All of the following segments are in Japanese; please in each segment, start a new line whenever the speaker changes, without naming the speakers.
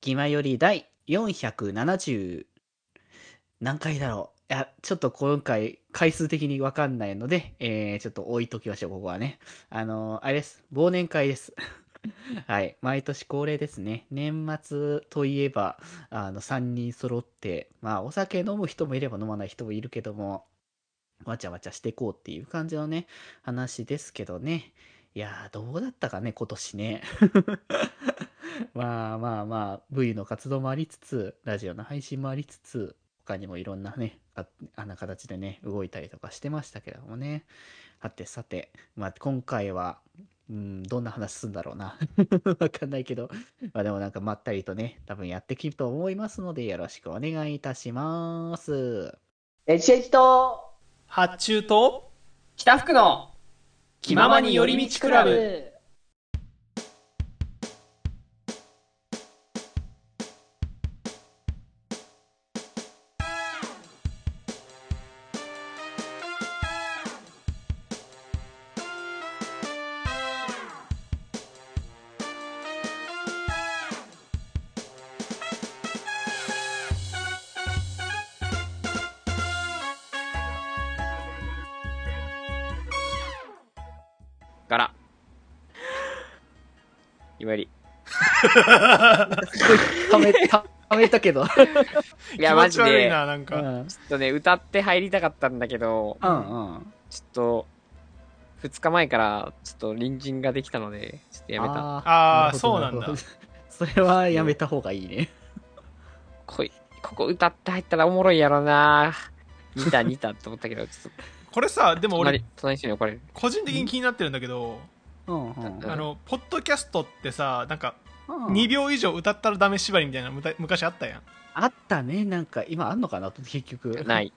気まより第470何回だろういや、ちょっと今回、回数的にわかんないので、えー、ちょっと置いときましょう、ここはね。あのーあれです。忘年会です。 はい。毎年恒例ですね。年末といえば、あの、3人揃って、まあ、お酒飲む人もいれば飲まない人もいるけども、わちゃわちゃしてこうっていう感じのね、話ですけどね。いやー、どうだったかね、今年ね。 まあまあまあ、V の活動もありつつ、ラジオの配信もありつつ、他にもいろんなね、ああんな形でね、動いたりとかしてましたけどもね。さてさて、まあ今回は、うん、どんな話すんだろうな。 わかんないけど。まあでもなんかまったりとね、多分やってきると思いますので、よろしくお願いいたし ます。
エチエチと
発注と
北福の
気ままに寄り道クラブ
から今より
すごい、ためた、ためたけど。
い
い
やマジ
気持ち悪い
でちょ
なな ん
う
か、
ん。うん
っとね歌って入りたかったんだけど
うん。
ちょっと2日前からちょっと隣人ができたのでちょっとやめた
あ
ーるほ
ー
ど
そうなんだ
るほど それはやめた方がいいね。
こいここ歌って入ったらおもろいやろな似た似たって思ったけどちょっと
これさでも俺
隣隣の人に怒られる
個人的に気になってるんだけど、
うんうん
うん
あのポッドキャストってさなんか
うん。
2秒以上歌ったらダメ縛りみたいなのむた昔あったや
あったね、なんか今あんのかな結局。。
ない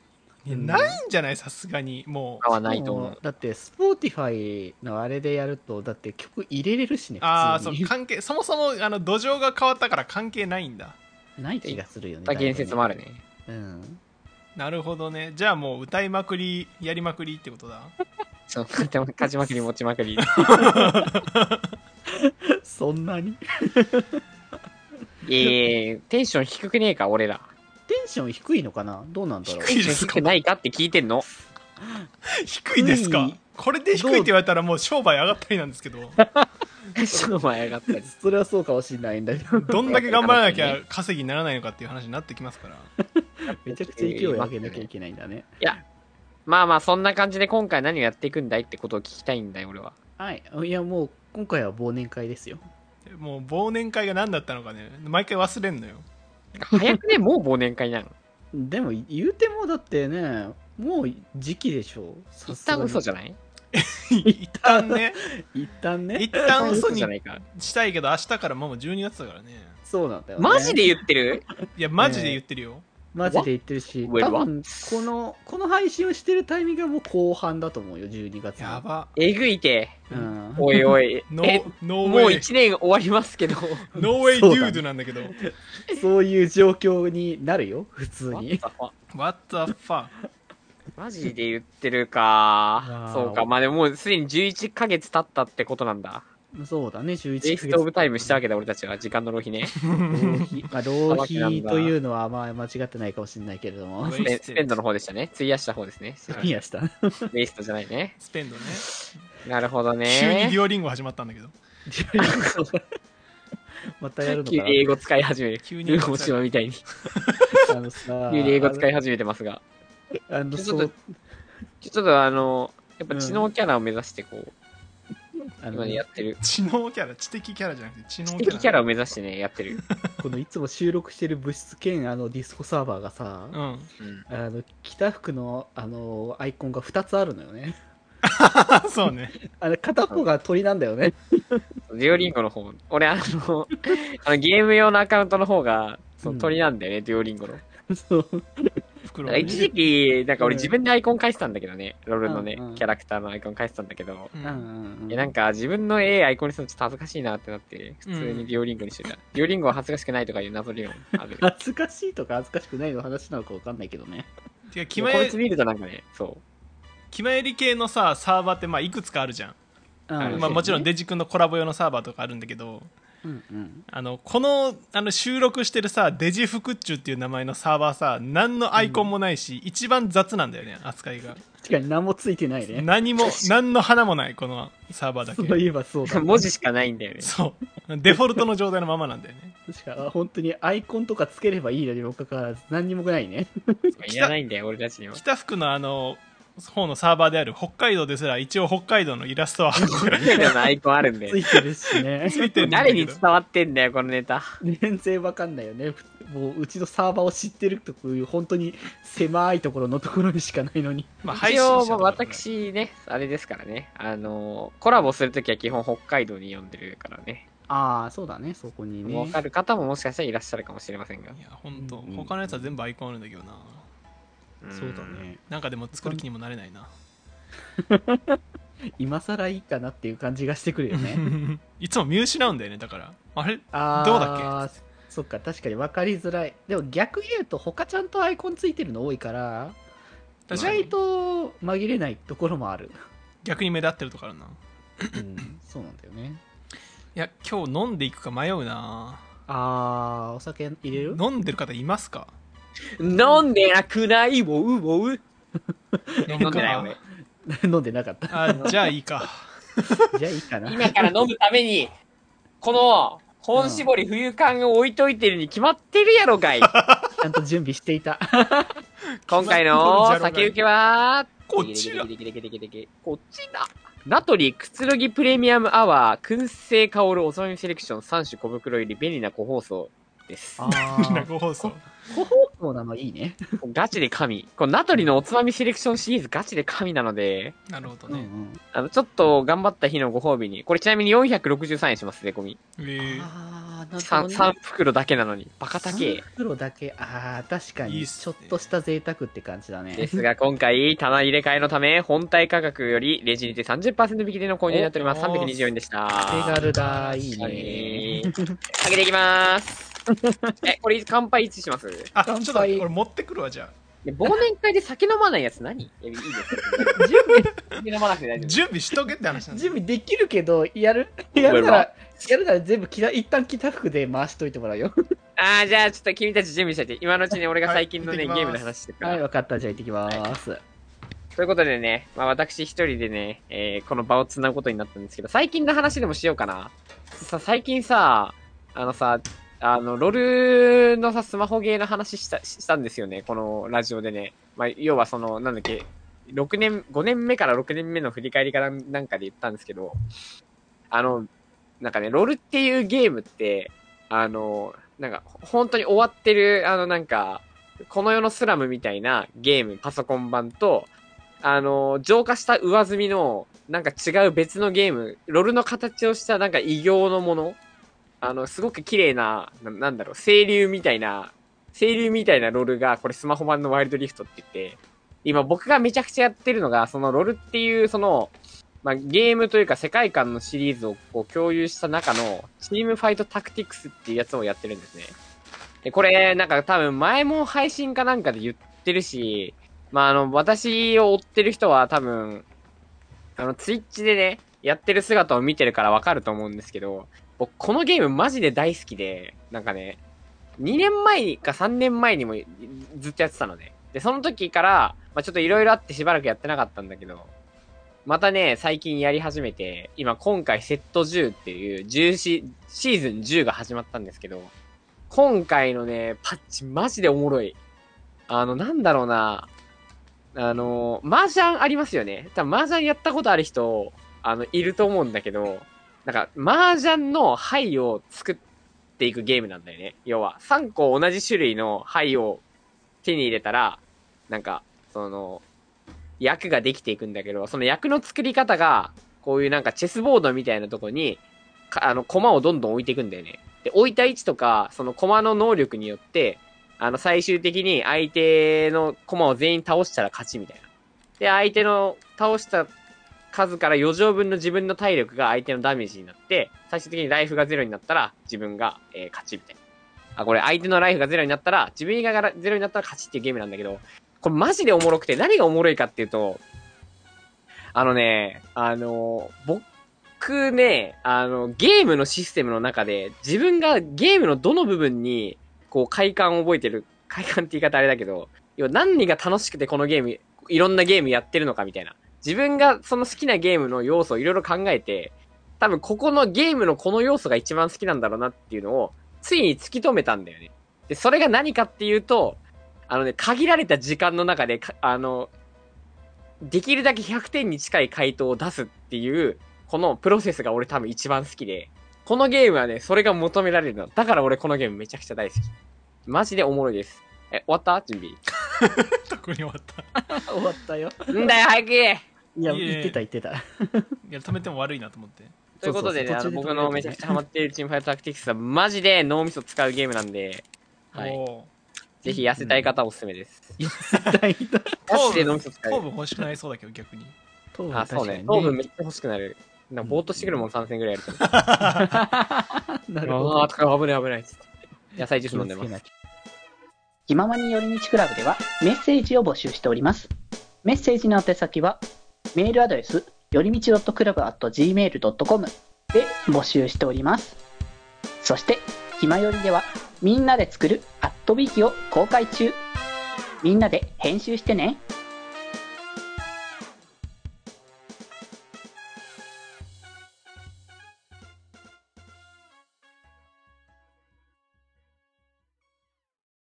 い
ん、
うん
ないんじゃないさすがにも
他はないと思
も
う
だって、スポーティファイのあれでやると、だって曲入れれるしね、
うああ
普通
そう
に。
関係そもそもあの土壌が変わったから関係ないんだ
ない気がするよね。
まあ言説もあるね
だいぶね。うん。
なるほどねじゃあもう歌いまくりやりまくりってことだ
そう勝ちまくり持ち まくり
そんなに
いやいやいやテンション低くねえか俺ら
テンション低いのかなどうなんだろう
低いです
低
か
くないかって聞いて んの
低いですか
低い
これで低いって言われたらもう商売上がったりなんですけど
その前上がったり
それはそうかもしれないんだけ ど、
どんだけ頑張らなきゃ稼ぎにならないのかっていう話になってきますから
めちゃくちゃ勢いを上げなきゃいけないんだね。
まあまあそんな感じで今回何をやっていくんだいってことを聞きたいんだよ俺は
はい。いや、もう、今回は忘年会ですよ。
もう忘年会が何だったのかね毎回忘れんのよ
早くね もう忘年会なの
でも、言うても、だってね、もう時期でしょう。さ
一
すが
旦
に
嘘じゃない
一旦 ね
一旦ね。
一旦嘘
嘘
に
じゃないか
したいけど明日からもう12月だからね
そうなんだよ、ね。
マジで言ってる
いやマジで言ってるよ、
マジで言ってるし、多
What? Well,
分この、この配信をしてるタイミングはもう後半だと思うよ、12月の。
やば
えぐい て
うん。
おいおい
ノ
え
ーノー
も
ウ
う
ェイ
1年終わりますけ ど
ノーウェイデ
そうだ
ュー
ね
ドなんだけど
そういう状況になるよ、普通に。
What the fuck
マジで言ってるか
あー
そうかまあでももうすでに11ヶ月経ったってことなんだ
そうだね、11
レイ
ヶ
ス
月。
トオブタイムしたわけだ俺たちは時間の浪費ね
浪 費。まあ、浪費というのは、まあ、間違ってないかもしれないけれども。
Wasted
スペンドの方でしたね費やした方ですね
何や した
レイストじゃないね
スペンドね
なるほど
急に
ね
デュオリンゴ始まったんだけど
またやるのか
急に英語使い始める
急に英
ルー
語
モ
使い
島みたいに
なあのさ、
急に英語使い始めてますが
あのあの
ちょ
そ
っ
う
と、ちょっとあの、やっぱ知能キャラを目指してこう、
あの
今ねやってる。
知能キャラ知的キャラじゃなくて知能キ
知
ャ
的
ラ
キャラを目指してね、やってる。
このいつも収録してる物質兼あのディスコサーバーがさ、
うん
うん
あの北服のあのアイコンが2つあるのよ ね。
あそうね
あれ片方が鳥なんだよね。
デュオリンゴの方、俺あの、あのゲーム用のアカウントの方が、そうの
ん
鳥なんだよね、デュオリンゴの。
そう。
袋
だ
を
から
ね
一時期、なんか俺
うん
自分でアイコン返してたんだけどね、ロールのね、
うんうん
キャラクターのアイコン返してたんだけど、
うん
うんうんうん。
えなんか自分の絵アイコンにするのちょっと恥ずかしいなってなって、普通にデュオリンゴにしてた。デュオリンゴは恥ずかしくないとかいう謎理論ある
恥ずかしいとか恥ずかしくないの話なのかわかんないけどね。
てか気
いや
ま
こ
よ
いつ見るとなんかね、そう。
気まより系のさサーバーってまあいくつかあるじゃん
うん
はい
まあ、もちろん
で
デジ君のコラボ用のサーバーとかあるんだけど
うんうん。
あのこのあの収録してるさデジフクッチュっていう名前のサーバーさ何のアイコンもないし、一番雑なんだよね扱いが
確かに何もついてないね。
何 も何の花もないこのサーバーだけ
そういえばそう だ。
文字しかないんだよね。
そうデフォルトの状態のままなんだよね
確かあ本当にアイコンとかつければいいのにもかかわらず何にもないね。
いらないんだよ、俺たちには。
北福のあの方のサーバーである北海道ですら一応北海道のイラストは
北海道のアイコンあるんだ
つ
よ
い。てるしね。
ついてるんだけ
誰
ど
に伝わってんだよ、このネタ。
全然わかんないよね。もううちのサーバーを知ってるとこういう本当に狭いところのところにしかないのに。
まあ配
一
信者
応、
とかね
私ね、あれですからね。あの、コラボするときは基本北海道に呼んでるからね。
ああ、そうだね、そこに
わ
ね。
かる方ももしかしたらいらっしゃるかもしれませんが
い。や本当
うん
他のやつは全部アイコンあるんだけどな
そうだね。
なんかでも作る気にもなれないな
今更いいかなっていう感じがしてくるよね。
いつも見失うんだよねだからあれ
ああ、
どうだ
っけそっか、確かに分かりづらい。でも逆言うと、他ちゃんとアイコンついてるの多いから、意
確かに
外と紛れないところもある。
逆に目立ってるとかあるない
うん、そうなんだよね。
や今日飲んでいくか迷うな
ああ、お酒入れる
飲んでる方いますか
飲んでなくない、ウォウウォウ。飲んでない、俺。
飲んでなかった。
あじゃあいいか
じゃあいいかな。
今から飲むために、この、本絞り冬缶を置いといてるに決まってるやろかい。
ちゃんと準備していた。
今回の酒受けは、
こっちだ
こっちだ。ナトリ、くつろぎプレミアムアワー、燻製香るおつまみセレクション3種小袋入り便利な個包装です。
ああ、
生放送
個包装なのいいね。
ガチで神。このナトリのおつまみセレクションシリーズガチで神なので、
なるほど
うんう
ね、
ん。
あの、ちょっと頑張った日のご褒美に、これちなみに463円します、税込み。
え
ああ、なる
3,
ほど、
3
ね。
袋だけなのに。バカ高え。
黒だけ、ああ、確か
いい
に、
っす
ちょ
ね
っとした贅沢って感じだね。
ですが、今回、棚入れ替えのため、本体価格よりレジにて30%引きでの購入になっております。
お
324円でした。
手軽だ、いいね。
はい。 開けていき ます。え、これ乾杯いつします
あちょっと待って俺持ってくるわじゃ
で忘年会で酒飲まないやつ何いやいいですよ。準備、 酒飲まなくて大
あ
丈
準備しとけって話なんだ
準備できるけど、やる、やるなら、やるなら全部着た、一旦着た服で回しといてもらう よ。
夫。あー、じゃあちょっと君たち準備しといて。今のうちに俺が最近の
は
ね、
い
ゲームの話してるから。
はい、わかった。じゃあ行ってきます。
ということでね、まあ私一人でね、えーこの場を繋ぐことになったんですけど、最近の話でもしようかな。さ、最近さ、あのさ、あの、ロールのさ、スマホゲーの話した、ししたんですよね、このラジオでね。まあ、要はその、なんだっけ、6年、5年目から6年目の振り返りからなんかで言ったんですけど、あの、なんかね、ロールっていうゲームって、あの、なんか、ほ本当に終わってる、あの、なんか、この世のスラムみたいなゲーム、パソコン版と、あの、浄化した上積みの、なんか違う別のゲーム、ロルの形をしたなんか異形のもの、あの、すごく綺麗な、ななんだろう、清流みたいな、清流みたいなロルが、これスマホ版のワイルドリフトって言って、今僕がめちゃくちゃやってるのが、そのロルっていう、その、まあ、ゲームというか世界観のシリーズをこう共有した中の、チームファイトタクティクスっていうやつをやってるんですね。で、これ、なんか多分前も配信かなんかで言ってるし、まあ、あの、私を追ってる人は多分、あの、ツイッチでね、やってる姿を見てるからわかると思うんですけど、僕、このゲームマジで大好きで、なんかね、2年前か3年前にもいずっとやってたのね。で、その時から、まあ、ちょっといろいろあってしばらくやってなかったんだけど、またね、最近やり始めて、今今回セット10っていう、10シシーズン10が始まったんですけど、今回のね、パッチマジでおもろい。あの、なんだろうな、あの、麻雀ありますよね。多分麻雀やったことある人、あの、いると思うんだけど、なんか、麻雀の牌を作っていくゲームなんだよね。要は、3個同じ種類の牌を手に入れたら、なんか、その、役ができていくんだけど、その役の作り方が、こういうなんかチェスボードみたいなとこに、かあの、駒をどんどん置いていくんだよね。で、置いた位置とか、その駒の能力によって、あの、最終的に相手の駒を全員倒したら勝ちみたいな。で、相手の倒した数から余剰分の自分の体力が相手のダメージになって、最終的にライフがゼロになったら自分が、えー勝ちみたいな。あ、これ相手のライフがゼロになったら、自分以外がゼロになったら勝ちっていうゲームなんだけど、これマジでおもろくて、何がおもろいかっていうと、あのね、あの僕僕ね、あの、ゲームのシステムの中で、自分がゲームのどの部分に、こう、快感を覚えてる、快感って言い方あれだけど、要は何が楽しくてこのゲーム、いろんなゲームやってるのかみたいな。自分がその好きなゲームの要素をいろいろ考えて、多分ここのゲームのこの要素が一番好きなんだろうなっていうのを、ついに突き止めたんだよね。で、それが何かっていうと、あのね、限られた時間の中でか、あの、できるだけ100点に近い回答を出すっていう、このプロセスが俺多分一番好きで、このゲームはね、それが求められるの。だから俺このゲームめちゃくちゃ大好き。マジでおもろいです。え、終わった準備。
特に終わった
終わったよ。
んだよ、早く言え
いや、
いえいえ
言ってた言ってた。
いや止めても悪いなと思って
ということでね、
そう
あ
そう
の
そう途中で
僕のめちゃくちゃハマっているチームファイトタクティクスはマジで脳みそ使うゲームなんで、はい。
お
ぜひ痩せたい方おすすめです。
大体
マ
ー
ジで脳みそ使える
糖分欲しくなりそうだけど逆に
糖分
あ、
確か
そう
に
ね
ね。。
糖分めっちゃ欲しくなる。なんかぼーっとしてくるもん3 0 0ぐらいやると。
なるほ
あ
ど
あ、。危ない危ないっつって。 野菜ジュース飲んでま
気をつ
す
け。なきゃ
気ままに寄り道クラブではメッセージを募集しております。メッセージの宛先はメールアドレスよりみち .club.gmail.com で募集しております。そして、ひまよりではみんなで作るアットビーキを公開中。みんなで編集してね。